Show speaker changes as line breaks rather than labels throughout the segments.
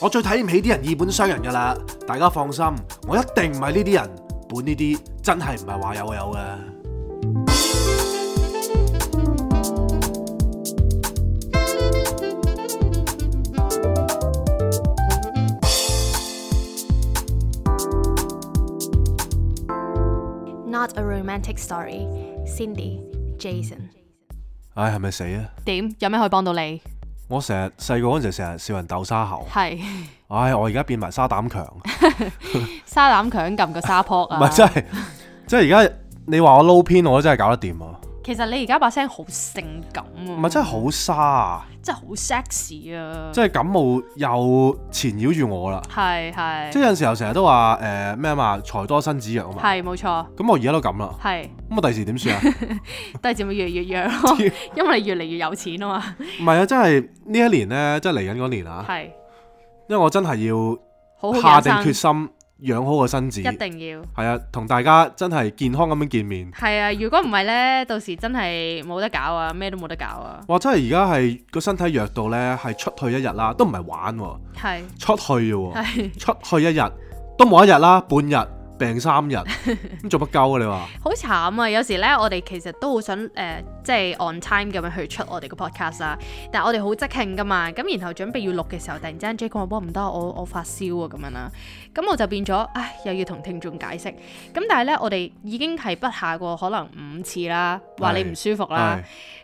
我最睇唔起啲人以本傷人㗎啦，大家放心，我一定唔係呢啲人，本呢啲真係唔係話有有嘅。
Not a romantic story. Cindy, Jason。
唉，係咪死啊？
點？有咩可以幫到你？
我成日細個嗰陣時成日笑人豆沙喉，
係
唉，我而家變埋沙膽強，唔
沙膽強撳個沙坡啊！
係真係，即係而家你話我撈偏，我都真係搞得掂啊！
其實你而家把聲好性感啊！
唔係真係好沙啊！
真係好 sexy 啊！
即係感冒又纏繞住我啦。
係係
即係有陣時候成日都話誒咩啊嘛，財多身子弱啊嘛。
係冇錯，
咁我而家都咁啦，
係
咁我第時點算 啊？
都係節目越嚟越弱 咯
屌，
因為你越嚟越有錢啊嘛，
唔係啊，真係呢一年呢，即係嚟緊嗰年啊，
係
因為我真係
好
要
好
下
養
定決
生，
心養好個身子，
一定要。
係啊，同大家真係健康咁樣見面。
係啊，如果唔係呢，到時真係冇得搞啊，咩都冇得搞啊。
哇！真係而家係個身體弱到呢，係出去一日啦，都唔係玩喎，
係
出去嘅喎，
係，
出去一日都冇一日啦，半日病三 日，咁做乜鳩啊？你話
好慘啊！有時呢，我哋其實都好想誒、呃即係 on time 咁樣去出我哋個 podcast 啊，但係我哋好即興噶嘛，咁然後準備要錄嘅時候，突然之間 Jake 話：，哇，唔得，我我發燒啊咁樣啦，咁我就變咗，唉，又要同聽眾解釋。咁但係呢，我哋已經係不下過可能五次啦，話你唔舒服啦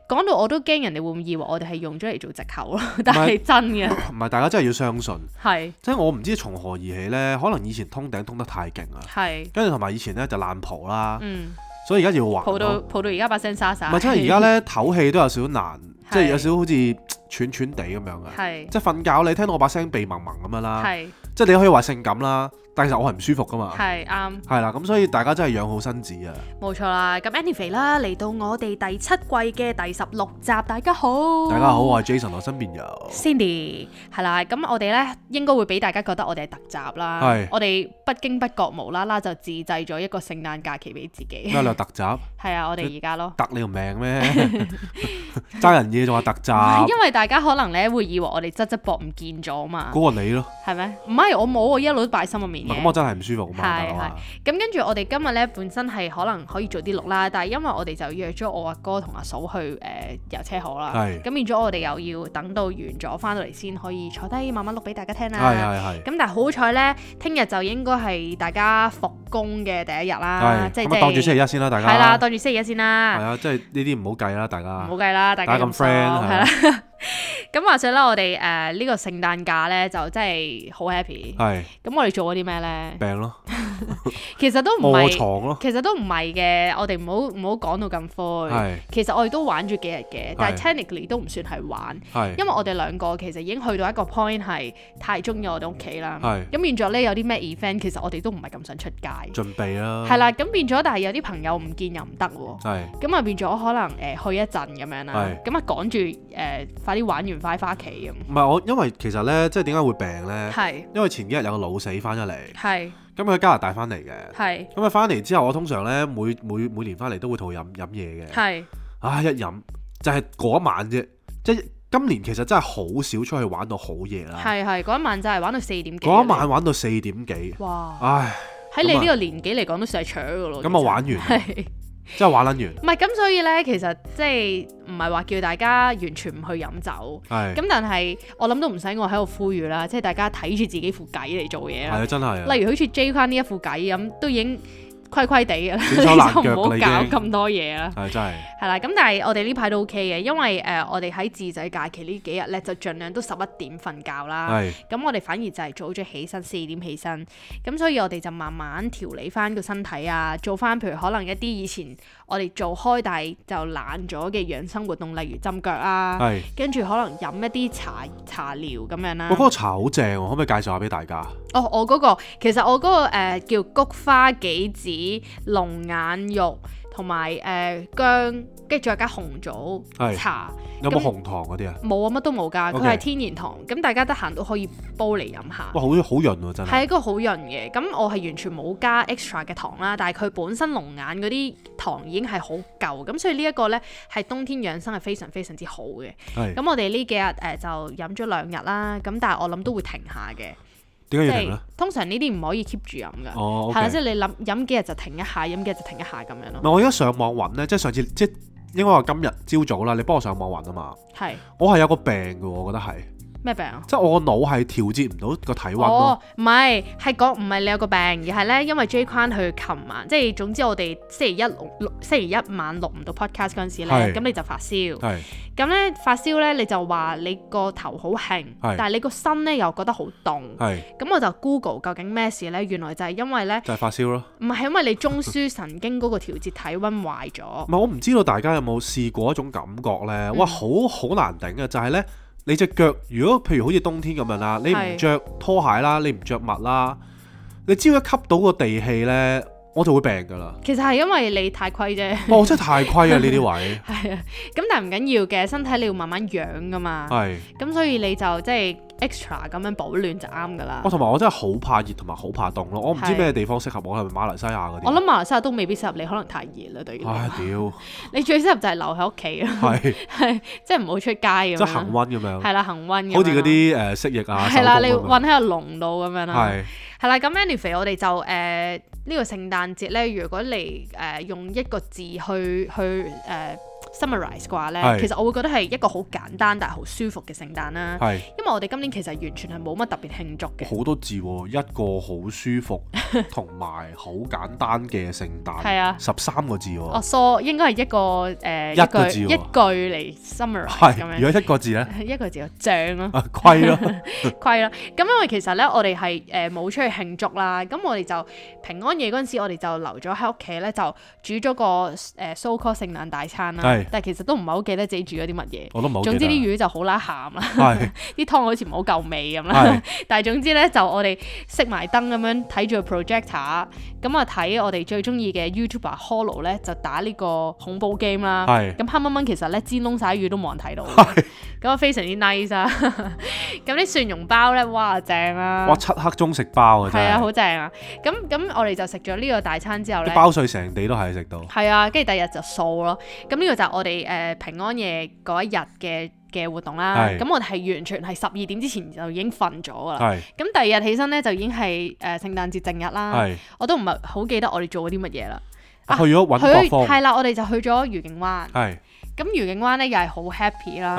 係，
講到我都驚人哋會唔會以為我哋係用咗嚟做藉口 咯，
係
但係真嘅，
唔係大家真係要相信？
係
即係我唔知從何而起呢，可能以前通頂通得太勁啦，
係，
跟住同埋以前呢就爛蒲啦，
嗯。
所以而家要還
抱到
咯。
抱到而家把聲沙沙。
唔係真係而家 呢，唞氣都有少少難，
係
即係有少少好似喘喘地咁樣啊嘅。
係
即係瞓覺你聽到我把聲鼻濛濛咁樣 啦，
係
即係你可以話性感啦，但其實我係唔舒服噶嘛。
係啱，
係啦，咁所以大家真係養好身子啊！
冇錯啦。咁 anyway 啦，嚟到我哋第七季嘅第十六集，大家好，
大家好，啊我係 Jason，我身邊 有
Cindy 係啦，咁我哋呢應該會俾大家覺得我哋係特集啦
係。
我哋不經不覺無啦啦就自製咗一個聖誕假期俾自己。
咩？你話特集，
係啊，我哋而家咯，
特你條命咩？爭人嘢仲話特集，
係因為大家可能呢會以為我哋側側膊唔見咗嘛，
嗰個你咯。
係咩？唔係我冇，我一路都擺心入面
唔
嘅
係。咁我真係唔舒服啊嘛，大
係
佬啊！
咁跟住我哋今日咧本身係可能可以早啲錄啦，但係因為我哋就約咗我阿哥同阿嫂去誒、呃遊車河啦，
係
咁變咗我哋又要等到完咗翻到嚟先可以坐低慢慢錄俾大家聽
係
啦。
係係。
咁但係好彩咧，聽日就應該係大家復工嘅第一日啦，即
係
係
咁啊，
即係
當住星期一先啦，大家。
係啦，當住星期一先
係
啦，
啊，即係呢啲唔好計啦，大
唔
家
好。計啦，大家
大家咁 friend，
係
係
啦
啊。
咁話說啦，我哋誒呢個聖誕假咧就真係好 happy。
係
咁我哋做咗啲咩咧？
病咯，
其實都唔
卧
係。
床咯，
其實都唔係嘅，我哋唔好唔好講到咁灰。
係
其實我哋都玩咗幾日嘅，但係
係
technically 都唔算係玩，
係
因為我哋兩個其實已經去到一個 point 係太中意我哋屋企啦。
係
咁變咗呢，有啲咩 event 其實我哋都唔係咁想出街。
準備啦。
係啦，咁變咗，但係有啲朋友唔見又唔得喎。
係
咁啊變咗可能誒、呃去一陣咁樣啦，
係
咁啊趕住誒快啲玩完快翻屋企
唔
咁。
係我？因為其實咧，即係點解會病咧？
係
因為前幾日有個老死翻咗嚟，
係
咁佢喺加拿大翻嚟嘅。
係
咁佢翻嚟之後，我通常咧每每每年翻嚟都會同佢飲飲嘢嘅。
係
唉，一飲就係嗰一晚啫。即係今年其實真係好少出去玩到好夜啦。
係係嗰一晚就係玩到四點幾。
嗰一晚，玩到四點幾，
哇！
唉，
喺你呢個年紀嚟講都算係搶噶咯。
啊咁啊
其實
玩完啦，
係
真係玩撚
唔係咁，所以呢，其實即係唔係話叫大家完全唔去飲酒，
完。係
咁但係我諗都唔使我喺度呼籲啦，即係大家睇住自己副計嚟做嘢
係
啦。
啊，真係啊。
例如好似 J 框呢一副計咁，都已經虧虧地嘅啦，
損
你就
手
唔
爛
好
腳㗎啦已經
搞咁多嘢啦。
係真係。
係啦，咁但係我哋呢排都 OK 嘅，因為誒、呃我哋喺自製假期呢幾日呢，就盡量都十一點瞓覺啦。
係
咁我哋反而就係早咗起身，四點起身，咁所以我哋就慢慢調理翻個身體啊，做翻譬如可能一啲以前我哋做開但係就懶咗嘅養生活動，例如浸腳啊，
係，
跟住可能飲一啲茶茶療咁樣啦
我。嗰個茶好正喎，可唔可以介紹下俾大家？
哦，我嗰、個其實我嗰、個、呃、叫菊花杞子龍眼肉。同埋誒薑，跟住再加紅棗
係
茶。
有冇
咁
紅糖嗰啲啊？
冇啊，乜都冇㗎，佢
OK
係天然糖，咁大家得閒都可以煲嚟飲下。
哇，好好潤喎，真係。
係一個好潤嘅，咁我係完全冇加 extra 嘅糖啦，但係佢本身龍眼嗰啲糖已經係好夠，咁所以呢一個呢，係冬天養生係非常非常之好嘅。
係
咁我哋呢幾日誒、呃就飲咗兩日啦，咁但係我諗都會停 下嘅，
點解
即
要停咧啊
係？通常呢啲唔可以 keep 住飲㗎，係啦、
哦，OK
即
啊
係你諗飲幾日就停一下，飲幾日就停一下咁樣
唔
咯，
係我而家上網揾咧，即係上次即係應該話今日朝早啦，你幫我上網揾啊嘛。
係
我係有個病嘅喎，我覺得係，
咩病啊？
即係我個腦係調節唔到個體温咯。
哦，唔係，係講唔係你有個病，而係咧，因為 J 框佢琴晚，即係總之我哋星期一錄錄星期一晚錄唔到 podcast 嗰陣時咧，
係
咁你就發燒，
係
咁咧發燒咧你就話你個頭好興，
係
但係你個身咧又覺得好凍，
係
咁我就 Google 究竟咩事咧？原來就係因為咧，
就係發燒咯。
唔係因為你中樞神經嗰個調節體温壞咗
唔，係我唔知道大家有冇試過一種感覺呢？
嗯
哇，好好難頂啊！就係呢，你隻腳如果譬如好似冬天咁樣啦，你
係
唔着拖鞋啦，你唔着襪啦，你只要一吸到個地氣呢，我就會病㗎啦。
其實係因為你太虧啫，
哇，我真係太虧啊！呢啲位
係啊，咁但係唔緊要嘅，身體你要慢慢養噶嘛，
係
咁所以你就即係 extra 咁樣保暖就啱噶啦
我。同埋我真係好怕熱同埋好怕凍咯。我唔知
係
咩地方適合我，係咪馬來西亞嗰
我
啲？啊
諗馬來西亞都未必適合你，可能太熱啦對於你。
唉屌，
你最適合就係留喺屋企啦，
係
即係唔好出街咁
即
樣
係
啦。
恆温咁樣，
啊係啦，恆温咁樣啦
好似嗰啲誒蜥蜴啊、
係啦，你啊
手工咁樣
韞喺個籠度咁樣啦。
係
係啦，咁 anyway 我哋就誒呃呢、個聖誕節咧，如果你誒、呃用一個字去去誒、呃 summarize 嘅話咧，
係
其實我會覺得係一個好簡單但係好舒服嘅聖誕啦。
係。
因為我哋今年其實完全係冇乜特別慶祝嘅。
好多字喎，一個好舒服同埋好簡單嘅聖誕，
係啊
十三個字
我
喎，
疏應該係一個誒、呃
哦一個字
句
喎
一句嚟 summarize 咁
係
樣。
如果一個字呢，
一個字就正咯，
啊虧咯，
虧啦。咁因為其實咧，我哋係誒冇出去慶祝啦。咁我哋就平安夜嗰陣時，我哋就留咗喺屋企咧，就煮咗個誒 so called 聖誕大餐啦
係。
但係其實都唔係好記得自己煮咗啲乜嘢。
我都唔係好記
總
得
之啲魚就好啦鹹啦，
係
啲湯好似唔好夠味咁啦
係。
但係總之咧，就我哋熄埋燈咁樣睇住個 projector，咁啊睇我哋最中意嘅 YouTuber Hollow 咧，就打呢個恐怖 game 啦。
係
咁黑掹掹其實咧煎窿晒魚都冇人 睇到嘅。咁啊非常之 nice 啊！ 咁啲蒜蓉包咧，哇正啊！
哇七黑中食包啊真
係啊，
係，
好正啊！咁咁我哋就食咗呢個大餐之後咧
啲。包碎成地都係食到，
係啊，跟住第二日就掃咯。咁呢個就係我哋誒、呃平安夜嗰一日嘅嘅活動啦。
係
咁我哋係完全係十二點之前就已經瞓咗噶啦。
係
咁第二日起身咧就已經係誒、呃、聖誕節正日啦。
係
我都唔係好記得我哋做咗啲乜嘢啦。啊
去咗揾
去
北方，
係啦，我哋就去咗愉景灣。
係
咁愉景灣咧又係好 happy 啦。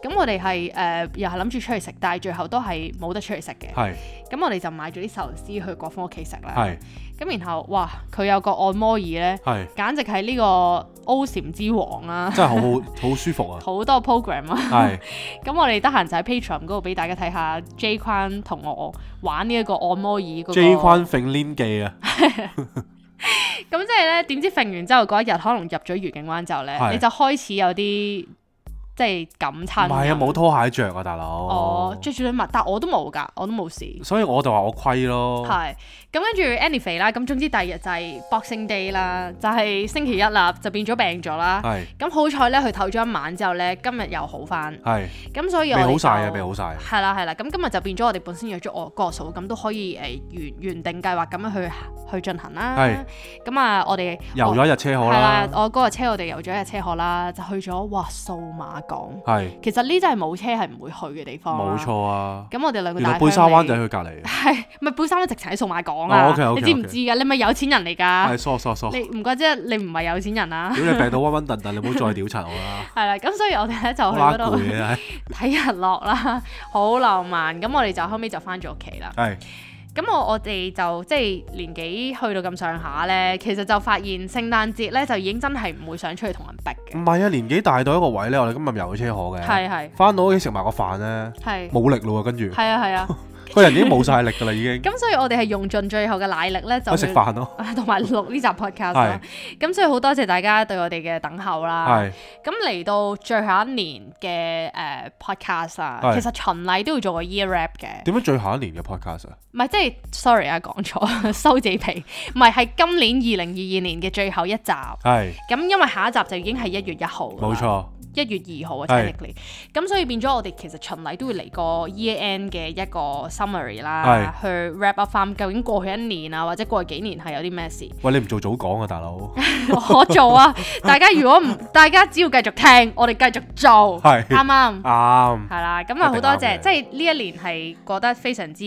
咁我哋係誒又係諗住出去食，但係最後都係冇得出去食嘅。
係
咁我哋就買咗啲壽司去國峰屋企食啦。
係
咁然後哇，佢有個按摩椅咧。
係，
簡直係呢個 O 禪之 王啦、，
真係好好好舒服啊
好多 program 啊！
係
咁我哋得閒就喺 Patreon 嗰度俾大家睇下 J 框同我玩呢一個按摩 椅嗰、個。
J 框揈黏記啊，
咁即係咧，點知揈完之後嗰一日，可能入咗愉景灣之後咧，
係
你就開始有啲即係感親。
唔係啊冇拖鞋着啊大佬
哦，，着住對襪，但我都冇㗎，我都冇事。
所以我就話我虧咯，
係，咁跟住 anyway 啦，咁總之第二日就係 Boxing Day 啦，就係星期一啦，就變咗病咗啦。
係
咁好彩咧，佢唞咗一晚之後咧，今日又好翻。
係
咁所以
未
我哋
好晒啊
就
未好晒啊，
係啦係啦，咁今日就變咗我哋本身約咗我個數，咁都可以誒、呃原原定計劃咁樣去去進行啦。
係
咁啊，我哋
遊咗一日車
我
好
係啦
啦，，
我嗰日車我哋遊咗一日車河啦，就去咗哇數碼港。
係。
其實呢真係冇車係唔會去嘅地方啦
冇。錯啊！
咁我哋兩個
原來
大
貝沙灣
灣
就喺佢隔離，
係咪貝沙灣直情喺數碼港啊？
哦，OK，OK，OK
你知唔知㗎？你咪有錢人
係
嚟㗎？
疏疏疏，
你唔怪之得你唔係有錢人啦、啊。
屌你病到瘟瘟燉燉，你唔好再屌柒我 啦，
係啦，咁所以我哋咧就
好
去
啦
嗰度
攰啊！
睇日落啦，好浪漫。咁我哋就後尾就翻咗屋企啦。
係
咁我我哋就即係年紀去到咁上下呢，其實就發現聖誕節呢，就已經真係唔會想出去同人逼
唔
嘅，
係啊？年紀大到一個位嗯咧，我哋今日遊咗車河嘅，
係係
翻到屋企食埋個飯咧，
係
冇力咯喎，跟住
係啊係啊。
個人已經冇晒力㗎啦，已經。
咁所以我哋係用盡最後嘅奶力咧，就
去食
去
飯咯，
同埋錄呢集 podcast 啦。咁所以好多謝大家對我哋嘅等候啦。
係
咁嚟到最後一年嘅誒、呃 podcast 啊，
係
其實循例都要做個 year wrap 嘅，
點樣最後一年嘅 podcast 啊？
唔係即係 sorry 啊，講錯 收自己皮，唔係係今年二零二二年嘅最後一集。
係
咁因為下一集就已經係一月一號㗎啦，
冇錯，
一月二號啊
係
，technically，咁所以變咗我哋其實循例都會嚟個 year end 嘅一個 summary 啦，
係
去 wrap up 翻究竟過去一年啊，或者過去幾年係有啲咩事，
喂你唔做早講啊，大佬，
我 做啊！大家如果唔，大家只要繼續聽，我哋繼續做，
係
啱唔啱？
啱
係啦，咁啊好
一定
多
啱嘅
謝，即係呢一年係覺得非常之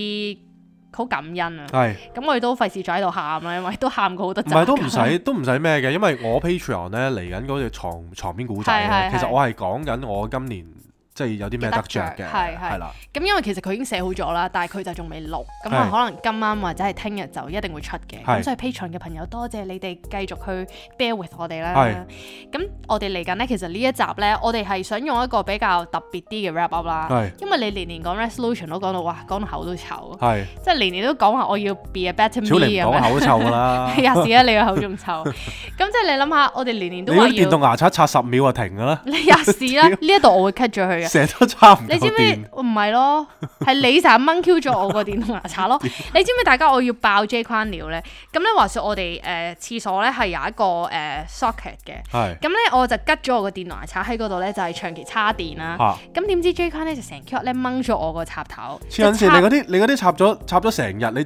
好感恩啊！
係。
咁我哋都費事再喺度喊啦，因為都喊過好多
唔
集㗎啦，
係都唔使都唔使咩嘅，因為我 Patreon 咧嚟緊嗰隻床床邊古仔
係
咧，
係
其實
係
我係講緊我今年即係有啲咩得着
嘅
嘅，
係係
係啦，
咁因為其實佢已經寫好咗啦，但係佢就仲未錄，咁啊
係
可能今晚或者係聽日就一定會出嘅。
係
咁所以 Patreon 嘅朋友多謝你哋繼續去 bear with 我哋啦
係。
咁我哋嚟緊呢，其實呢一集呢，我哋係想用一個比較特別啲嘅 wrap up 啦
係。
因為你年年講 resolution 都講到哇，講到口都臭，
係，
即係年年都講話我要 be a better
少
me
你
咁
唔講啊
樣。
口臭㗎啦，
有時啊，你個口仲臭。咁即係你諗下，我哋年年
你
都
嗰
話
啲電
要
動，牙刷刷十秒就停㗎啦，
你有 時啦，呢一度我會 cut 咗佢嘅。
成日都差唔
啊你
夠
知唔
電
知，？唔係咯，係你成日掹 Q 咗我個電動牙 刷咯。你知唔知大家我要爆 J 框料咧？咁咧話說我哋誒、呃、廁所咧係有一個誒、呃 socket 嘅，
係
咁咧我就吉咗我個電動牙刷喺嗰度咧，就係、長期叉電啦。
嚇，
咁啊點知 J 框咧就成 Q 咧掹咗我個插頭，
黐撚
就
線！
插
你嗰啲你嗰啲插咗插咗成日，你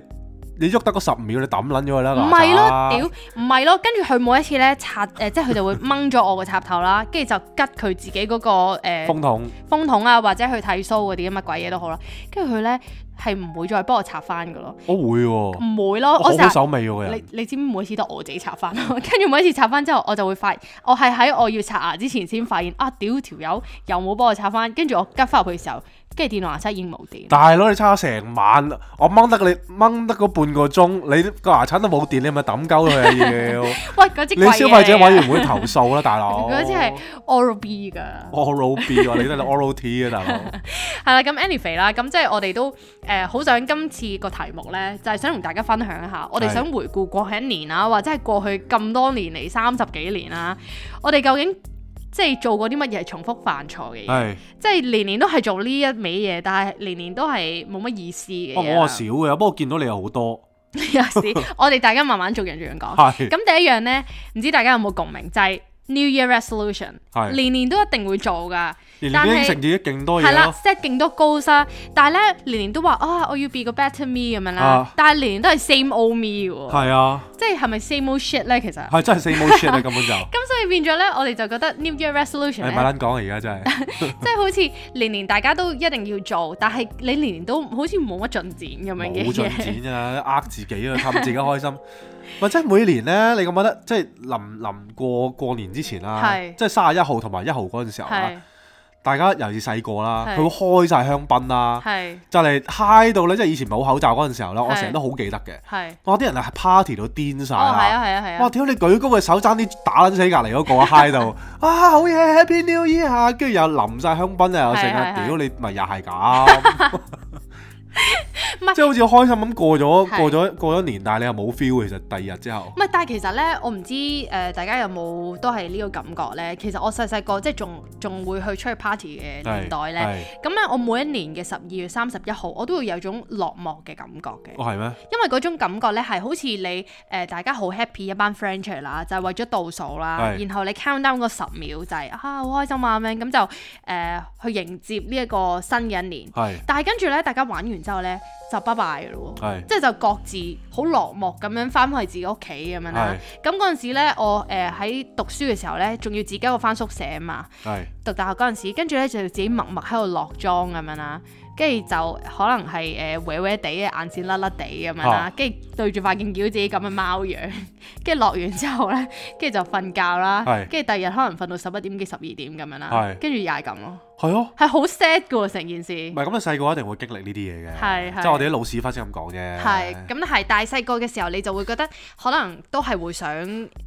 你喐得嗰十秒，你抌撚咗佢啦，
唔係咯，屌，唔係咯，跟住佢每一次咧插誒、呃即係佢就會掹咗我個插頭啦，跟住就吉佢自己嗰、個、呃
風筒
風筒啊，或者去剃鬚嗰啲乜鬼嘢都好啦，跟住佢咧係唔會再幫我插翻噶咯，
我會喎，
唔會咯，
我
我成
好
日
手尾喎個
你
人，
你知唔知每次都我自己插翻咯， 跟住每一次插翻之後，我就會發現我係喺我要刷牙之前先發現啊，屌條友又冇幫我插翻，跟住我吉翻入去嘅時候，跟住電動牙刷已經冇 電，
大佬你差咗成晚，我掹得你掹得嗰半個鐘，你個牙刷都冇電，你咪抌鳩佢 啊要！
喂嗰支
你
貴
消費者
嘢嚟㗎
委員會投訴啦，大佬。
嗰支係
哦
Oral B 㗎。
Oral B 喎，你都係 Oral T 啊，大 佬。
係啦，咁 anyway 啦，咁即係我哋都誒好、想今次個題目呢，就係、想同大家分享一下，我哋
係
想回顧過去一年啦，或者係過去咁多年嚟三十幾年啦，我哋究竟即係做過啲乜嘢係重複犯錯嘅嘢，
係，
即係年年都係做呢一味嘢，但係年年都係啊冇乜意思嘅
我
嘢啦。
我話少嘅，不過見到你有好多。
有時 我哋大家慢慢逐樣逐樣講。
係
咁第一樣呢，唔知大家有冇共鳴，就係、New Year Resolution，
係哦
年年都一定會做㗎。
年
但
年
係
應承自己勁多
係
嘢
啦
咯。
，set 勁多 goals 啦，但係咧年年都話啊，我要 be 個 better me 咁樣啦
啊，
但係年年都係 same old me 喎，
係啊，
即係係咪 same old shit 咧？其實
係真係 same old shit 啊，根本就。 誒
咁所以變咗咧，我哋就覺得 New Year Resolution
咪
咧，
撚講啊，而家真係。
即係好似年年大家都一定要做，但係你年年都好似冇乜進展咁樣嘅
冇
嘢。
進展啊，呃自己啊，氹自己開 心。或者每年咧，你覺唔覺得即係臨臨過過年之前啦
係，
即係三十一號同埋一號嗰陣時候啦
係，
大家尤其是細個啦，
係
佢會開晒香檳啦，
係
就嚟嗨到咧，即係以前冇口罩嗰陣時候啦，我
係
成日都好記得嘅。
係，
哇！啲人係 party 到癲晒
哦係
啦
啊係啊係
哇！
啊，
屌你舉高個手爭啲打撚死隔離嗰個啊嗨 到啊好嘢 Happy New Year 啊！跟住又淋晒香檳啊，又成
係係
啊！
係
屌你咪又係咁
唔係，
即係好似開心咁過咗
係
過咗過咗年，但係你又冇 feel 其實第二日之後
唔係，但係其實咧，我唔知誒、呃大家有冇都係呢個感覺咧。其實我細細個即係仲仲會去出去 party 嘅年代咧。
係
咁咧，我每一年嘅十二月三十一號，我都會有種落寞嘅感覺嘅，
哦係咩？
因為嗰種感覺咧係好似你誒、呃大家好 happy 一班 friend 出嚟啦，就係、為咗倒數啦，
係
然後你 count down 嗰十秒就係、啊好開心啊咁樣，咁就誒、呃去迎接呢一個新嘅一年。
係
但係跟住咧，大家玩完之後咧就拜拜嘅咯喎，
係
即係就各自好落寞咁樣翻去自己屋企咁樣啦
係。
咁嗰陣時咧，我誒喺、讀書嘅時候咧，仲要自己一個翻宿舍啊嘛。
係
讀大學嗰陣時，跟住咧就要自己默默喺度落妝咁樣啦，跟住就可能係誒呃歪歪地眼線甩甩地咁樣啦
啊，
跟住對住塊鏡見到自己咁嘅貓樣， 跟住落完之後咧，跟住就瞓覺啦
係，
跟住第二日可能瞓到十一點幾十二點咁樣啦
係，
跟住又係咁咯，
係咯。
係好 sad 嘅喎成件事，
唔係咁，你細個一定會經歷呢啲嘢
係
嘅，
係
即係我哋啲老屎忽先咁講啫。
係咁係，但係細個嘅時候你就會覺得可能都係會想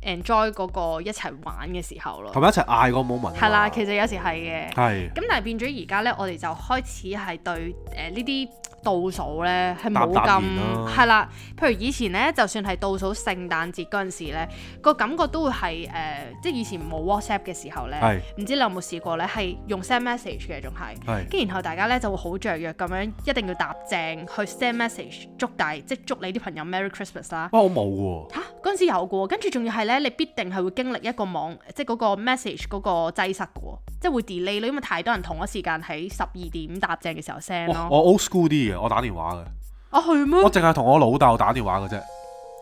enjoy 嗰個一齊玩嘅時候
同
咯，
埋一齊嗌個 moment 啊嘛。
係啦，其實有時係嘅。
係
咁但係變咗而家咧，我哋就開始係對誒呢啲倒數咧係冇
淡淡
咁
然啦
係啦。譬如以前咧，就算係倒數聖誕節嗰陣時咧，個感覺都會係誒、呃即係以前冇 WhatsApp 嘅時候
係
咧，唔知你有冇試過咧，係用 send message 嘅仲係。
係
跟住然後大家咧就會好雀躍咁樣，一定要搭正去 send message 祝大，即係祝你啲朋友 Merry Christmas 啦。
哇，我冇喎，
嚇嗰陣時有嘅喎，跟住仲要係咧，你必定係會經歷一個網，即係嗰個 message 嗰個擠塞嘅喎，即係會 delay 咯，因為太多人同一時間喺十二點搭正嘅時候 send
哇
咯。
我 old school 啲嘅，我打電話嘅，
啊去 咩？
我淨係同我老豆打電話嘅啫，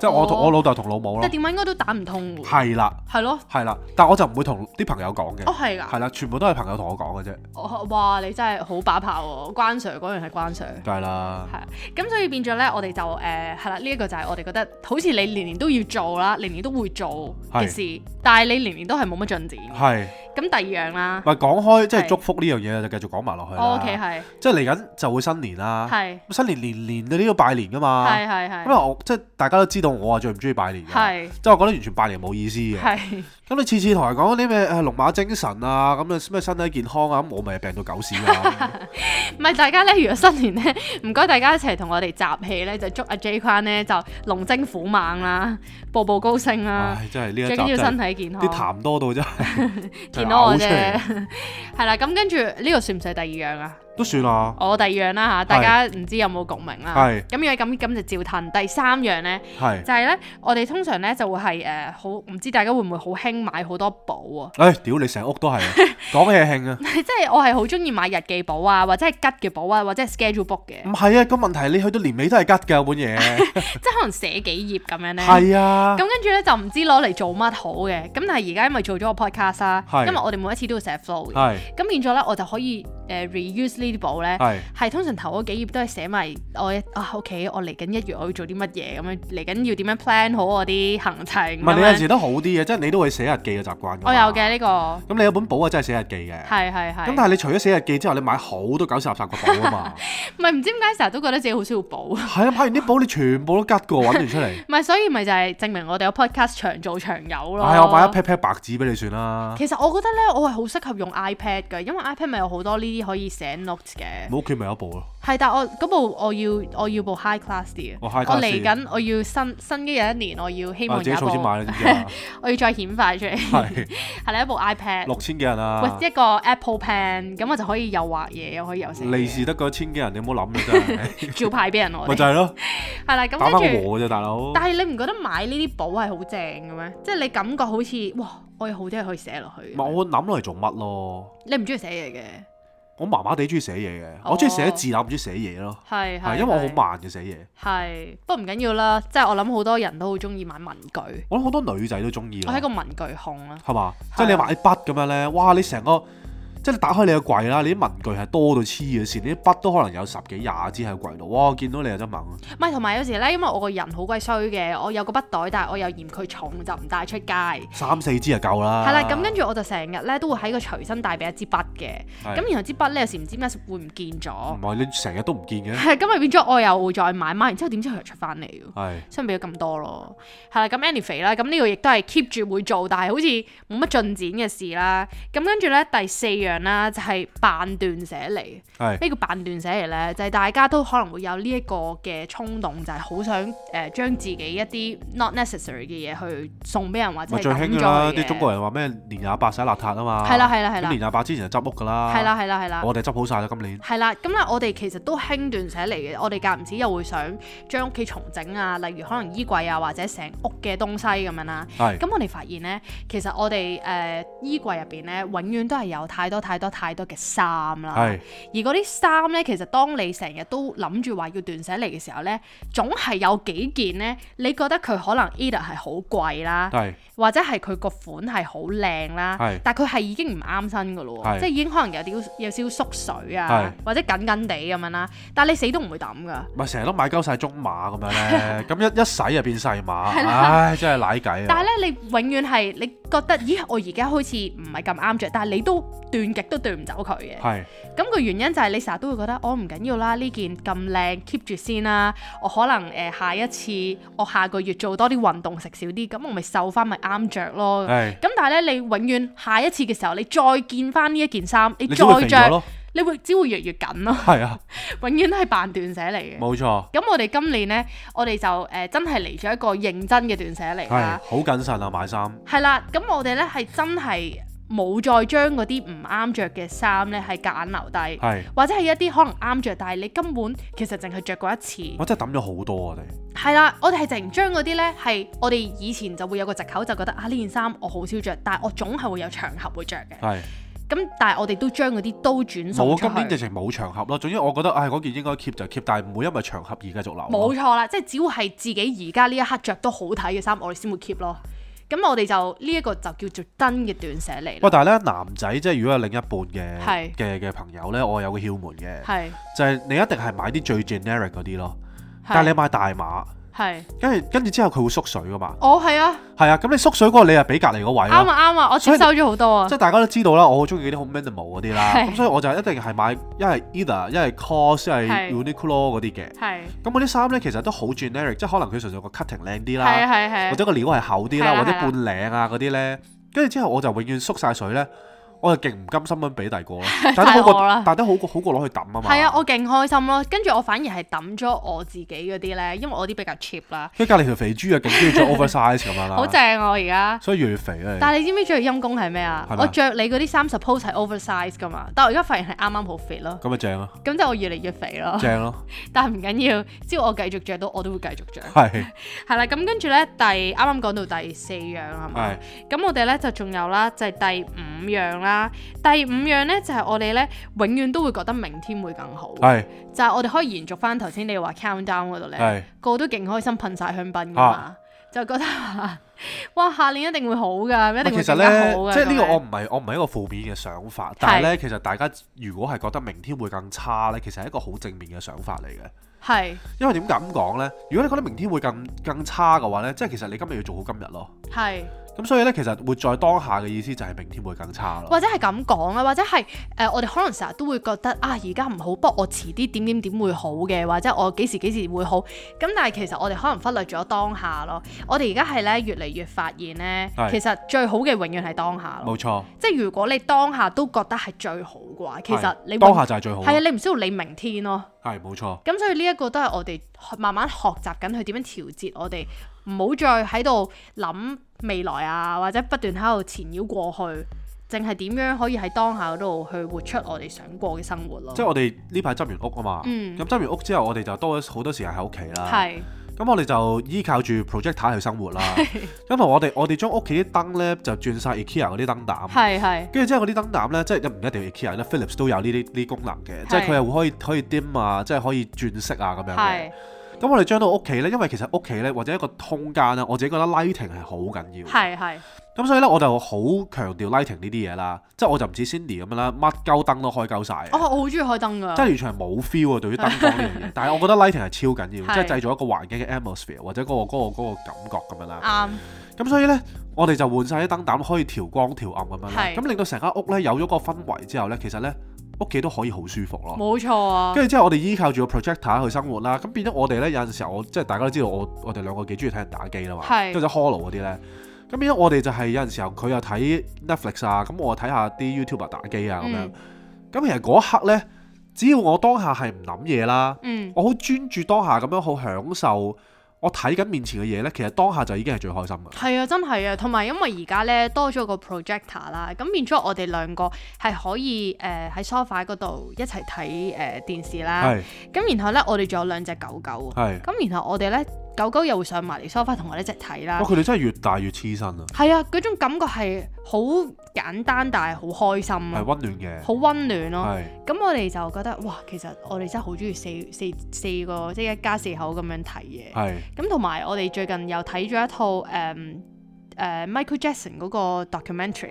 即係我同
哦
我老豆同老母咯
但，電話應該都打唔通喎。
係啦
係咯，
係啦，但我就唔會同啲朋友講
哦
嘅，
係㗎
係啦，全部都係朋友同我講嘅啫，
哦。哇！你真係好把炮喎，關 Sir 嗰樣係關 Sir。
梗係啦，
係啊，咁所以變咗咧，我哋就誒係啦，呢、一個就係我哋覺得好似你年年都要做啦，年年都會做嘅事，但係你年年都係冇乜進展。
係。
咁第二樣啦
咪講開即係
係
祝福呢樣嘢就繼續講埋落去啦。啊
，O K 係
即係嚟緊就會新年啦。
係
咁新年年年你都要拜年噶嘛。
係係
因為
係
我即係大家都知道我係最唔中意拜年嘅，
係
即係我覺得完全拜年冇意思嘅。
係
咁你次次同人講啲咩誒龍馬精神啊，咁啊咩身體健康啊，咁我咪病到狗 屎啊！
唔係大家咧，如果新年咧，唔該大家一齊同我哋集氣咧，就祝阿 J 框咧就龍精虎猛啦，步步高升啦，
唉，真係呢一
最
集
緊要
真
身
係
體健
啲
康，
痰多到真係
哦 見到我
真
啫
係嘔出嚟，
係啦。咁跟住呢個算唔算第二樣啊？
都算啦，
我第二樣啦嚇，大家唔知有冇共鳴啦。
係
咁如果咁咁就照褪。第三樣呢，
係
就。係、呢，我哋通常呢就會係誒、呃好，唔知大家會唔會好興買好多簿啊？
唉，屌你成屋都係啊，講起就興啊！
即係我係好中意買日記簿啊，或者係吉嘅簿啊，或者係 schedule book 嘅，
唔係啊，個問題你去到年尾都係吉㗎本 嘢，
即係可能寫幾頁咁樣呢。
係啊
咁，跟住呢，就唔知攞嚟做乜好嘅。咁但係而家因為做咗個 podcast 啦，
係
因為我哋每一次都要寫 flow 嘅，
係
咁變咗呢，我就可以誒、呃 reuse 呢啲簿呢。
係。
係通常頭嗰幾頁都係寫埋我一啊，OK，我嚟緊一月我要做啲乜嘢咁樣，嚟緊要點樣 plan 好我啲行程咁
唔係你有陣
樣。
時都好啲嘅，即係你都會寫日記嘅習慣㗎嘛
我有嘅。呢、個，
咁你有本簿啊，真係寫日記嘅。
係係係。
咁但係你除咗寫日記之後，你買好多九十垃圾個簿啊嘛。
唔係唔知點解成日都覺得自己好需要 補，
係啊，買完啲簿你全部都吉嘅喎，揾完出嚟。
唔係所以咪就係證明我哋有 podcast 長做長有咯。
唉，我買一 pat pat 白紙俾你算 啦。
其實我覺得咧，我係好適合用 iPad 嘅，因為 iPad 咪有好多呢啲可以寫 notes 嘅。
我屋企咪有一部咯。
係，但係我嗰部我要我要部 high class 啲嘅。
我
我
哦 high class
嚟緊，我要新新嘅有一年，我要希
啊
望
自己
有一部
儲，錢買啦，知唔知 啊？
我要再顯化出嚟，
係
係啦一部 iPad。
六千幾人啊
或，一個 Apple Pen，咁我就可以又畫嘢，又可以又寫嘢
利是得個千幾人，你唔好諗啦，真係。
照派俾人 我
咪就
哋。
係咯，
係啦，咁
打翻個
跟住，
和啫，大佬。
但係你唔覺得買呢啲簿係好正嘅咩？即係你感覺好似哇，我有好多嘢可以寫落去
唔係。我諗落嚟做乜咯？
你唔中意寫嘢嘅，
我麻麻地中意寫嘢嘅，我中意寫字，但我唔中意寫嘢咯。
係哦係，
係因為我好
係。
慢嘅寫嘢，
係，不過唔緊要啦，即係我諗好多人都好中意買文具，
我諗好多女仔都中意咯
我係一。個文具控啊啦。
係嘛？
係
即係你買筆咁樣咧，哇！你成個即係你打開你個櫃啦，你啲文具係多到黐嘅線，你啲筆都可能有十幾廿支喺個櫃度。哇！我見到你又真猛啊，
唔係，同埋有時咧，因為我個人好鬼衰嘅，我有個筆袋，但係我又嫌佢重，就唔帶出街。
三四支就夠啦。
係啦，咁跟住我就成日咧都會喺個隨身帶備一支筆嘅，
係
咁然後支筆咧有時唔知點解會唔見咗
唔，係你成日都唔見嘅，
係咁咪變咗我又會再買，買完之後點知佢又出翻嚟喎，
係
所以變咗咁多咯。係啦，咁 anyway 啦，咁呢個亦都係 keep 住會做，但係好似冇乜進展嘅事啦。咁跟住咧第四樣啦，就係扮斷捨離。
係
咩叫扮斷捨離咧？就係、大家都可能會有呢一個嘅衝動，就係、好想誒、呃、將自己一啲 not necessary 嘅嘢去送俾人或者
咪
係
最
抌
興
咗
㗎啦？
佢
啲
嘅。
中國人話咩年廿八洗邋遢啊嘛。
係啦係啦係
咁
啦
年廿八之前就執屋㗎啦。
係啦係啦係啦。
啊我哋執好晒啦，今年。
係啦，咁咧我哋其實都輕斷捨離嘅，我哋間唔時又會想將屋企重整啊，例如可能衣櫃啊或者成屋嘅東西咁樣啦。
係
咁我哋發現呢，其實我哋誒、呃衣櫃入邊呢，永遠都係有太多太多太多嘅衫啦。
係
而嗰啲衫呢，其實當你成日都諗住話要斷捨離嘅時候呢，總係有幾件呢，你覺得佢可能 either 係好貴啦，
係
或者係佢個款係好靚啦
係，
但佢係已經唔啱身噶咯
係
喎，即係已經可能有啲有少少縮水啊，或者緊緊地咁樣啦，但係你死都唔會抌噶。
咪成日都買鳩晒中碼咁樣 咧，咁一一洗就變細碼，唉，真係奶計
但係
啊！
咧，你永遠係你覺得，咦，我而家好似唔係咁啱着，但係你都斷極都斷唔走佢嘅。
係
咁個原因就係你成日都會覺得，我哦唔緊要啦，呢件咁靚 keep 住先啦。我可能誒、呃下一次，我下個月做多啲運動，食少啲，咁我咪瘦翻咪啱着咯。
係
咁但係咧，你永遠下一次嘅時候，你再見翻呢一件衫，你
你只
再
會肥咗
着，
咯，
你會只會越嚟越緊咯，
係啊，
永遠都係扮斷捨離嘅。
冇錯，
咁我哋今年呢，我哋就誒、呃真係嚟咗一個認真嘅斷捨離
係
啦。
好謹慎啊買衫，
係啦，咁我哋呢係真係冇再將嗰啲唔啱着嘅衫呢係夾硬留低，
係
或者係一啲可能啱着，但係你根本其實淨係着過一次。
我真係抌咗好多啊我哋，
係啦，我哋係淨將嗰啲呢，係我哋以前就會有個藉口，就覺得啊呢件衫我好少着，但係我總係會有場合會着嘅。
係
咁但係我哋都將嗰啲都轉送
冇啊
出去
今年直情冇場合咯。總之我覺得唉嗰件應該 keep 就 keep，但係唔會因為場合而繼續留咯。
冇錯啦，即係只要係自己而家呢一刻着都好睇嘅衫，我哋先會 keep 咯。咁我哋就呢一、個就叫做真嘅斷捨離
喂，
啦。
但係咧男仔即係如果有另一半嘅
係
嘅嘅朋友咧，我有個竅門嘅，
係
就係你一定係買啲最 generic 嗰啲咯，但係你
係
買大碼，
係，
跟住跟住之後佢會縮水噶嘛，
我係啊，
係啊，咁你縮水嗰個你係俾隔離嗰位
啱
咯。
啊啱啊，我接收咗好多啊
即。係大家都知道啦，我好中意嗰啲好 minimal 嗰啲啦，
係
咁所以我就一定係買一係 either 一係 COS 一係
係
Uniqlo 嗰啲嘅。
係
咁嗰啲衫咧其實都好 generic，即係可能佢純粹個 cutting 靚啲
係啊
啦，
係啊
或
係啊
者個料係厚啲啦，
係啦
或者
係啦
半領啊嗰啲咧。跟住之後我就永遠縮晒水咧，我就勁唔甘心咁俾第二個咯，但係都好
太惡
過
啦，
但係都好過好過攞去抌啊嘛。
係啊，我勁開心咯。跟住我反而係抌咗我自己嗰啲咧，因為我啲比較 cheap 啦，
跟住隔離條肥豬啊，勁中意着 oversize 咁樣啦，
好正啊我而家。
所以越嚟越肥啊你。
但係你知唔知最陰功係咩啊
係？咩
我着你嗰啲衫 suppose 係 oversize 噶嘛，但我而家發現係啱啱好 fit 咯，
咁咪正 啊，
咁就我越嚟越肥咯。
正咯，
但係唔緊要，只要我繼續着到，我都會繼續 着。
係
係啦，咁跟住呢，第啱啱講到第四樣係咪
係？
咁我哋呢就仲有啦，就係、第五樣啦。第五樣呢，就係、我哋呢永遠都會覺得明天會更好，
係
就係我哋可以延續翻頭先你話 countdown 嗰度呢，
係
個個都勁開心噴晒香檳噶嘛，
啊
就覺得 話哇下年一定會好㗎，一定
啊其
會
實
更加好
咧，
㗎。
即係呢個
咁樣
我唔係我唔係一個負面嘅想法，但係咧，其實大家如果係覺得明天會更差咧，其實係一個好正面嘅想法嚟嘅。
係
因為點解咁講咧？如果你覺得明天會更更差嘅話咧，即係其實你今日要做好今日咯。
係。
咁所以咧，其實活在當下嘅意思就係明天會更差咯
或。者係咁講啦，或者係誒、呃我哋可能成日都會覺得啊，而家唔好，不過我遲啲點點點會好嘅，或者我幾時幾時會好。咁但係其實我哋可能忽略咗當下咯。我哋而家係咧越嚟越發現咧
係，
其實最好嘅永遠係當下咯。
冇錯，
即係如果你當下都覺得係最好嘅話，其實
係
你
當下就係最好。
係啊，你唔需要理明天咯。
係冇錯，
咁所以呢一個都係我哋學慢慢學習緊去點樣調節我哋，唔好再喺度諗未來啊，或者不斷喺度纏繞過去，淨係點樣可以喺當下嗰度去活出我哋想過嘅生活咯
即。係我哋呢排執完屋啊嘛。
嗯
咁執完屋之後，我哋就多咗好多時間喺屋企啦。
係
咁我哋就依靠住 projector 去生活 啦。咁同我哋我哋將屋企啲燈咧就轉晒 IKEA 嗰啲燈膽。
係係
跟住之後嗰啲燈膽咧，即係唔一定要 IKEA 咧，Philips 都有呢啲呢啲功能嘅，即係佢係會可以可以 dim 啊，即係可以轉色啊咁樣嘅。
係
咁我哋將到屋企咧，因為其實屋企咧或者一個空間咧，啊我自己覺得 lighting 係好緊要。
係係
咁所以咧我就好強調 lighting 呢啲嘢啦，即係我就唔似 Cindy 咁樣啦，乜鳩燈都開鳩晒嘅。
哦，我好中意開燈
即係
㗎，
完全係冇 feel 啊！對於燈光呢樣 嘢，但係我覺得 lighting 係超緊要，
係
即係製造一個環境嘅 atmosphere 或者嗰、個嗰、個嗰個感覺咁樣啦。
啱
咁所以呢，我哋就換晒啲燈膽，可以調光調暗咁樣啦。
係
咁令到成間屋呢，有咗個氛圍之後呢，其實呢，屋企都可以好舒服咯。
冇錯啊，
哦跟住之後，我哋依靠住個 projector 去生活啦。咁變咗我哋呢，有陣時候我即係大家都知道我我哋兩個幾中意睇人打機啦嘛，
係
跟住就 Holo 嗰啲呢。咁變咗我哋就係有陣時候佢又睇 Netflix 啊，咁我又睇下啲 YouTuber 打機啊咁樣。
嗯
咁其實嗰一刻呢，只要我當下係唔諗嘢啦，
嗯
我好專注當下咁樣，好享受我睇緊面前嘅嘢呢，其實當下就已經係最開心嘅。
係啊，真係啊，同埋因為而家咧多咗個 projector 啦，咁變咗我哋兩個係可以誒喺 sofa 嗰度一齊睇誒電視啦。
係
咁然後咧，我哋仲有兩隻狗狗啊。
係。
咁然後我哋咧，狗狗又會上埋嚟 sofa 同我哋一齊睇啦
哇！。佢哋真係越大越黐身啊，
係啊，嗰種感覺係好簡單，但係好開心
係
啊，
温暖嘅，
好温暖咯、
係
咁我哋就覺得哇，其實我哋真係好中意四四四個即係一家四口咁樣睇嘢。
係
咁同埋我哋最近又睇咗一套誒誒、呃 Michael Jackson 嗰個documentary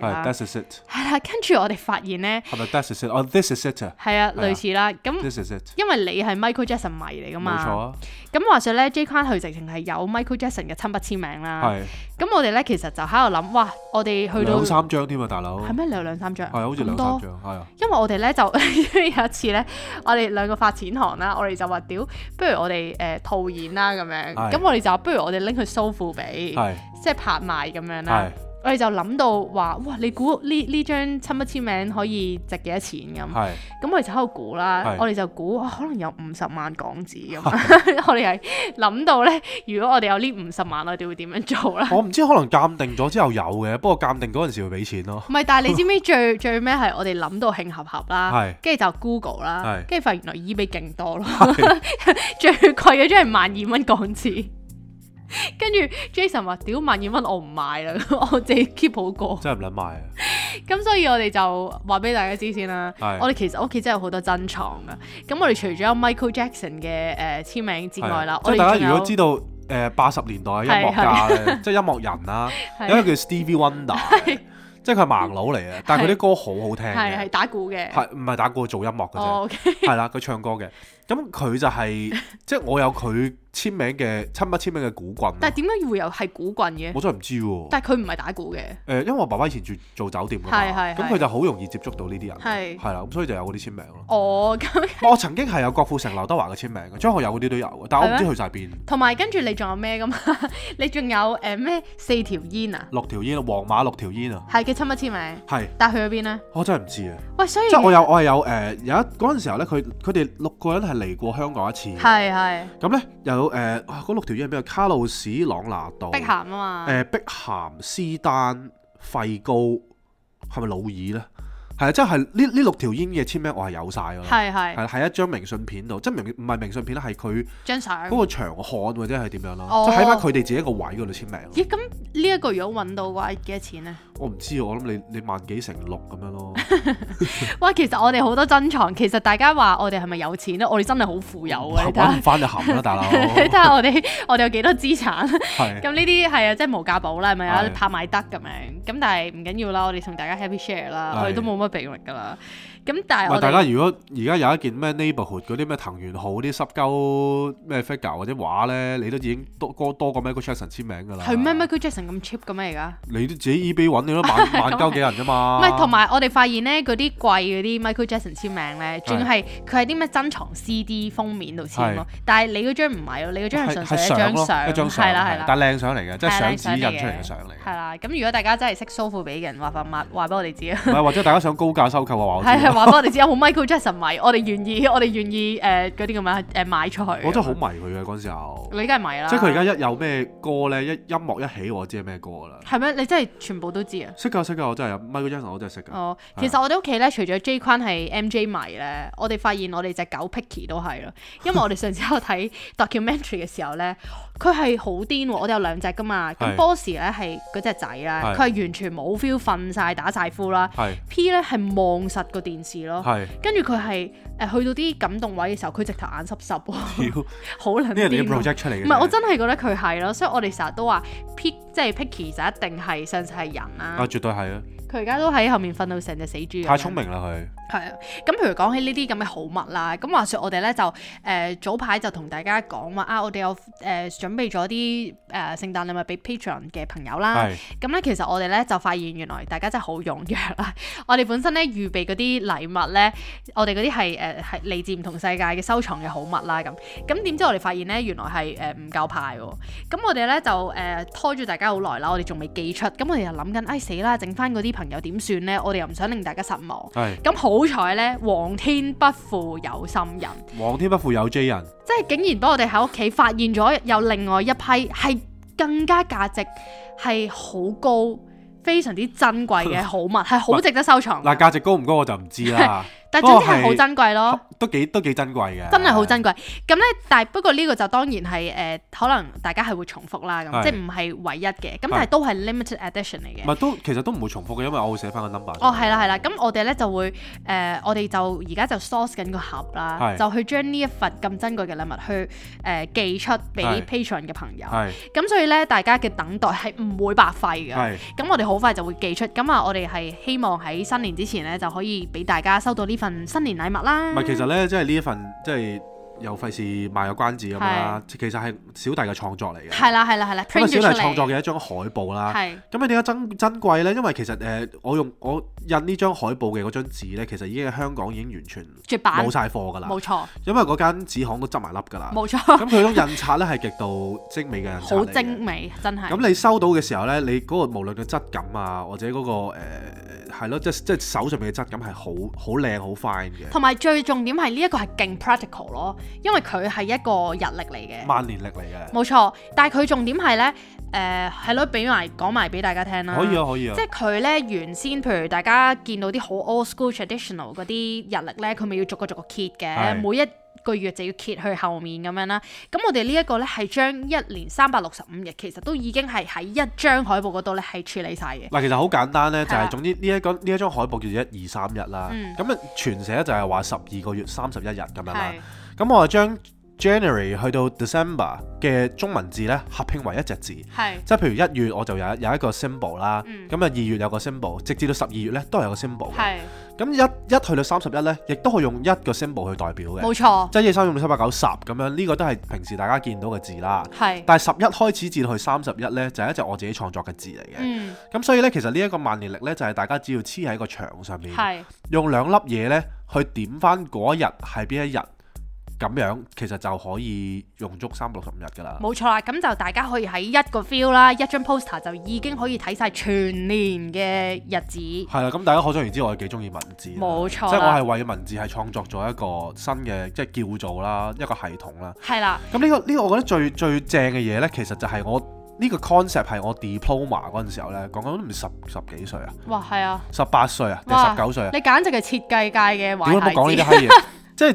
係
啦。
That's is it，
係啦，跟住我哋發現咧，
係咪 That's is it？哦，This is it 啊
係啊，
係啊
類似啦。咁
，This is it，
因為你係 Michael Jackson 迷嚟㗎
冇
嘛。
錯啊，
咁話說咧，J 框佢直情係有 Michael Jackson 嘅親筆簽名啦。
係
咁我哋咧其實就喺度諗，哇！我哋啊去到
兩三張添啊，大佬，
係
係
咩？兩兩三張，
好似
咁
兩
多
三。張，係啊，
因為我哋咧就 有一次咧，我哋兩個發錢行啦，我哋就話屌，不如我哋誒、呃套現啦咁樣。
係
咁我哋就話不如我哋拎去蘇富比，
係
即係拍賣咁樣啦啊
係。
我哋就諗到話，哇！你估呢呢張親筆簽名可以值幾多錢咁？
係
咁我哋就喺度估啦
係，
我哋就估、啊、可能有五十萬港 紙咁。 我哋係諗到咧，如果我哋有呢五十萬，我哋會點樣做啦？
我唔知可能鑑定咗之後有嘅，不過鑑定嗰陣時要俾錢咯。
唔係，但係你知唔知最最尾係我哋諗到慶合合啦
嗯係，
跟住就 Google 啦，
係
跟住發現原來 eBay 勁多咯， 最貴嗰張係萬二蚊港紙。跟住 Jason 話：屌萬二蚊我唔買啦， 我自己 keep 好過。
真係唔撚賣啊！
咁所以我哋就話俾大家知先啦。
係
我哋其實屋企真係有好多珍藏噶。咁我哋除咗有 Michael Jackson 嘅誒、呃、簽名之外
係，
啦
啊即
我
係
哋
大
仲
家
有
如果知道誒八十年代嘅音樂家咧，即係音樂人啦，
係
有一個叫 Stevie Wonder，嘅即係佢係盲佬嚟嘅，但係佢啲歌好好聽
係係
嘅，
打鼓嘅。
係唔嗯係打鼓做音樂嘅啫？
哦，OK，
係啦，佢唱歌嘅，咁佢就係、 即係我有佢簽名嘅親筆簽名嘅鼓棍咯，
但係點解會有係鼓棍嘅？
我真係唔知喎。誒、
但係佢唔係打鼓嘅。
因為我爸爸以前住做酒店㗎
係
嘛，
係
咁
係
佢就好容易接觸到呢啲人，
係
係啦，咁所以就有嗰啲簽名咯。
哦，咁
我曾經係有郭富城、劉德華嘅簽名嘅，張學友嗰啲都有嘅，但我唔
係
知
咩
去晒邊。
同埋跟住你仲有咩噶嘛？ 你仲有誒咩、四條煙啊？
六條煙，皇馬六條煙啊，
係嘅親筆簽名，
係，
但係去咗邊咧？
我真係唔知啊。
喂，所以
即係我有我係有誒、有一嗰陣時候咧，佢佢哋六個人係嚟過香港一次嘅，
係係
咁咧有誒哇嗰六條煙係邊個？卡路士、朗拿度、
碧咸啊嘛，
誒碧咸、斯丹、費高，係咪魯爾咧？係啊，即係呢呢六條煙嘅簽名我係有晒㗎啦。
係係
係喺一張明信片度，即係明唔係明信片啦，係佢
張相。
嗰個長漢或者係點樣
哦
咯，即係喺翻佢哋自己一個位嗰度簽名。
咦，咁呢一個如果揾到嘅話，幾多錢咧？
我唔知，我諗你你萬幾乘六咁樣咯，
哇，其實我哋好多珍藏，其實大家話我哋係咪有錢咧？我哋真係好富 有 啊！你睇
揾
下
唔，翻就含啦， 大佬。
你睇下我哋 我哋有幾多 資產？
係
咁呢啲係啊，即係無價寶啦，係咪啊
係？
拍賣得咁樣，咁但係唔緊要啦，我哋同大家 happy share 啦，
係
我哋都冇乜秘密㗎啦。咁但係
唔係
我
大家
哋
如果而家有一件咩 neighborhood 嗰啲咩藤原浩啲濕鳩咩 figure 或者畫咧，你都已經多多多過 Michael Jackson 簽名㗎啦。
係咩 Michael Jackson 咁 cheap 嘅咩而家？
你都自己 eBay 揾你都 萬萬鳩幾人啫嘛。
啊唔係，同埋我哋發現咧，嗰啲貴嗰啲 Michael Jackson 簽名咧，仲係佢係啲咩珍藏 CD 封面度簽咯。但係你嗰張唔係咯，你嗰張係純粹一
相
張
咯，
相，
一張
係啦係
係
啦，
但係靚相嚟嘅，即係啊相紙印出嚟嘅相嚟
係
嘅。
啦，咁如果大家真係識蘇富比嘅人，話翻話話俾我哋知啊。
唔係或者大家想高價收購啊嘅話，我
係係啊
知。
話俾我哋知有冇 Michael Jackson 迷，我哋願意，我哋願意誒嗰啲咁樣誒買出去。
我真係好，迷佢嘅啊嗰陣時候，
你梗係迷啦。
即係佢而家一有咩歌咧，一音樂一起我就知係咩歌㗎啦。
係咩？你真係全部都知啊！
識㗎識㗎，我真係有啊 Michael Jackson 我真係識㗎。
哦，其實我哋屋企咧，除咗 J 框係 MJ 迷咧，我哋發現我哋只狗 Picky 都係咯，因為我哋上次有睇 documentary 嘅時候咧，佢係好癲喎，我哋有兩隻噶嘛，咁
係
Boss 咧係嗰只仔啦，
係
佢係完全冇 feel 瞓晒打晒呼啦
係
，P 咧係望實個電視咯，
係，
跟住佢係誒去到啲感動位嘅時候，佢直頭眼濕 濕喎，
屌
好撚
呢係你
癲喎
project 出嚟嘅啫。
唔係，我真係覺得佢係咯，所以我哋成日都話 P 即係 Picky 就一定係上世係啊人啦
啊，，絕對係啊！
佢而家都喺後面瞓到成隻死豬咁樣。
太聰明啦佢，
係啊，咁譬如講起呢啲咁嘅好物啦，咁話說我哋咧就誒、呃早排就同大家講話啊，我哋有誒、呃、準備咗啲誒聖誕禮物俾 Patreon 嘅朋友啦。
係
咁咧其實我哋咧就發現原來大家真係好踴躍啦。 我哋本身咧預備嗰啲禮物咧，我哋嗰啲係誒係嚟自唔同世界嘅收藏嘅好物啦咁。咁點知我哋發現咧原來係誒唔夠派喎。咁我哋咧就誒、呃拖住大家好耐啦，我哋仲未寄出。咁我哋就諗緊，哎唉死啦，剩翻嗰啲朋友點算咧？我哋又唔想令大家失望。
係，
咁好彩呢，皇天不負有心人，
皇天不負有 J 人，
即係竟然幫我哋喺屋企發現咗有另外一批係更加價值係好高、非常之珍貴 嘅好物，係好值得收藏。
嗱價值高唔高我就唔知啦，
但係總之
嗰個係
係好珍貴咯。
都幾都幾珍貴嘅，
哦真係好珍貴，咁呢，但係不過呢個就當然係誒、呃可能大家係會重複啦，咁
係
即係唔係唯一嘅，咁但係
係
都係 limited edition 嚟嘅
唔。係都其實都唔會重複嘅，因為我會寫翻個 number。
哦，係啦，係啦，咁我哋咧就會誒、呃我哋就而家就 source 緊個盒啦，
係
就去將呢一份咁珍貴嘅禮物去誒、呃寄出俾
係
patron 嘅朋友。
係
咁所以咧，大家嘅等待係唔會白費嘅。
係
咁我哋好快就會寄出。咁啊，我哋係希望喺新年之前咧就可以俾大家收到呢份新年禮物啦。
唔係其實咧，即係呢一份即係又費事賣個關子咁啦。其實係小弟嘅創作嚟嘅。
係啦係啦係
咁
啦
啊，
，print
小
咗
弟
出
創作啊
嚟，
嘅一張海報啦。
係
咁你點解珍珍貴呢？因為其實誒、呃我用我印呢張海報嘅嗰張紙呢，其實已經喺香港已經完全
絕版
冇，晒貨㗎啦。
冇錯
因為嗰間紙行都執埋笠㗎啦。
冇
咁
錯，
佢嗰種印刷呢係極度精美嘅印刷
好
嚟嘅
精美，真係。
咁你收到嘅時候呢，你嗰個無論嘅質感啊，或者嗰、個誒係咯，即即手上面嘅質感係好好靚好 fine 嘅，
同埋最重點係呢一個係勁 practical 咯，因為佢係一個日曆嚟嘅。
萬年歷嚟嘅，
冇錯，但係佢重點係咧，誒係咯，俾埋講埋俾大家聽啦。
可以啊可以啊
嗯即，係佢咧原先，譬如大家見到啲好 old school traditional 嗰啲日曆咧，佢咪要逐個逐個揭嘅，
係
每一個月就要揭去後面咁樣啦。咁我哋呢一個咧係將一年三百六十五日，其實都已經係喺一張海報嗰度咧係處理晒嘅。
嗱其實好簡單呢，就
係
係
啦
總之呢一個呢一張海報叫做一二三日啦
嗯，
咁啊全寫就係話十二個月三十一日咁樣啦
係，
咁我就將 January 去到 December 嘅中文字呢，合拼為一隻字。
係
即係譬如一月我就有一有一個 symbol 啦，
嗯
咁啊二月有個 symbol，直至到十二月呢都係有個 symbol 嘅。
係
咁一一去到三十一呢，亦都可以用一個 symbol 去代表嘅。
冇錯，
即係一三用到七百九十咁樣，呢、個都係平時大家見到嘅字啦。
係
但係十一開始至到去三十一呢，就係、一隻我自己創作嘅字嚟嘅。咁、
嗯
所以呢，其實呢一個萬年曆呢，就係、大家只要黐喺個牆上面，
嗯係
用兩粒嘢呢去點翻嗰一日係邊一日，咁樣其實就可以用足三百六十五日㗎啦。
冇錯啦。咁就大家可以喺一個 feel 啦，一張 poster 就已經可以睇晒全年嘅日子。
係啦，咁大家可想而知，我係幾中意文字啦。
冇錯啦
即係我係為文字係創作咗一個新嘅即係叫做啦，一個系統啦。
係啦，
咁呢、個呢、個我覺得最最正嘅嘢呢，其實就係我呢、個 concept 係我 diploma 嗰陣時候呢，講緊都唔知十十幾歲啊，
哇，係啊，
十八歲啊定
哇
十九歲啊，
你簡直係設計界嘅
點解
壞
冇講呢
孩
啲
子。
閪 嘢？即係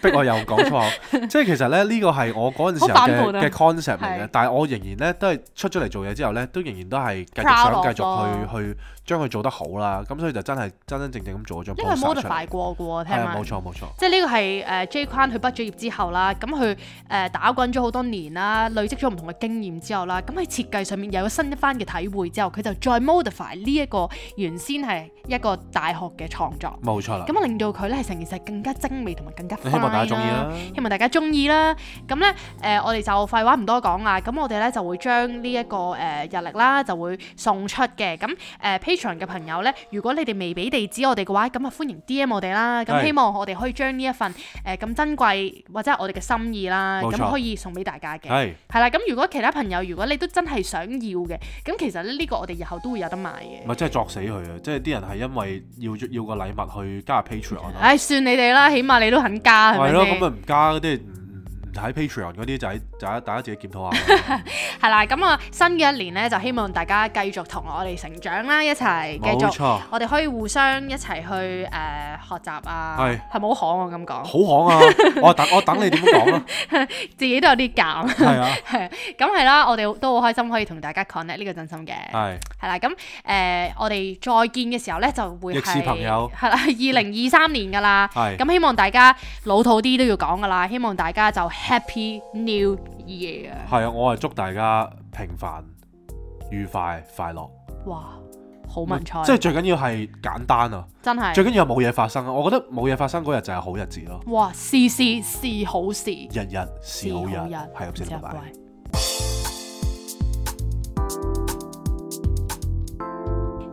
逼我又講錯口，即係其實咧呢個係我嗰陣時
好反
候
叛啊
嘅嘅 concept 嚟嘅
係，
但係我仍然咧都係出咗嚟做嘢之後咧，都仍然都係繼續
Proud
想
of
繼續
咯
去去將佢做得好啦，咁所以就真係真真正正咁做咗張
呢個係
poster 出嚟，
modify 過嘅喎，聽
係啊
聞。
冇錯冇錯，
即係呢個係誒、呃 J 框佢畢咗業之後啦，咁佢誒打滾咗好多年啦，累積咗唔同嘅經驗之後啦，咁喺設計上面又有新一番嘅體會之後，佢就再 modify 呢一個原先係一個大學嘅創作，
冇錯啦，
咁啊令到佢咧係成件事更加精美同埋更加
希望大家
fine
中意啦。
希望大家中意啦。咁咧，誒、我哋就廢話唔多講啦。咁我哋咧就會將呢、一個誒、呃日曆啦，就會送出嘅。咁誒、Patron 嘅朋友咧，如果你哋未俾地址我哋嘅話，咁啊歡迎 DM 我哋啦。咁
係
希望我哋可以將呢一份誒咁、珍貴或者係我哋嘅心意啦，
冇錯
咁可以送俾大家嘅。
係
係啦，咁如果其他朋友，如果你都真係想要嘅，咁其實咧呢個我哋日後都會有得賣嘅。
咪真係作死佢啊！即係啲人係因為要要個禮物去加入 Patreon 啊，
唉，算你哋啦，起碼你都肯加係咪
係咯，咁
先
咪？唔加嗰啲唔唔唔睇 Patreon 嗰啲就係就係大家自己檢討下啦。
係啦，咁啊，新嘅一年咧，就希望大家繼續同我哋成長啦，一齊繼
冇
續，
錯。
我哋可以互相一齊去誒、呃、學習啊，
係
係咪好行我咁講，
好行 啊！我等我等你點講啊？
自己都有啲減，
係 啊，
咁係啦，我哋都好開心可以同大家 connect 呢個真心嘅，
係
係啦，咁誒、呃我哋再見嘅時候咧就會
亦是
係
朋友
係啦，二零二三年㗎啦，
係
咁希望大家老土啲都要講㗎啦，希望大家就 Happy New Year，
係啊！我係祝大家平凡、愉快、快樂。
哇，好文采，
即係最緊要係簡單啊！
真係
最。緊要係冇嘢發生啊！我覺得冇嘢發生嗰日就係好日子咯，
哇！事事是好事，
日日
E
是好日，係咁
唔知
先，
啊
拜拜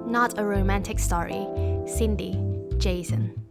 喂。
Not a romantic story. Cindy, Jason.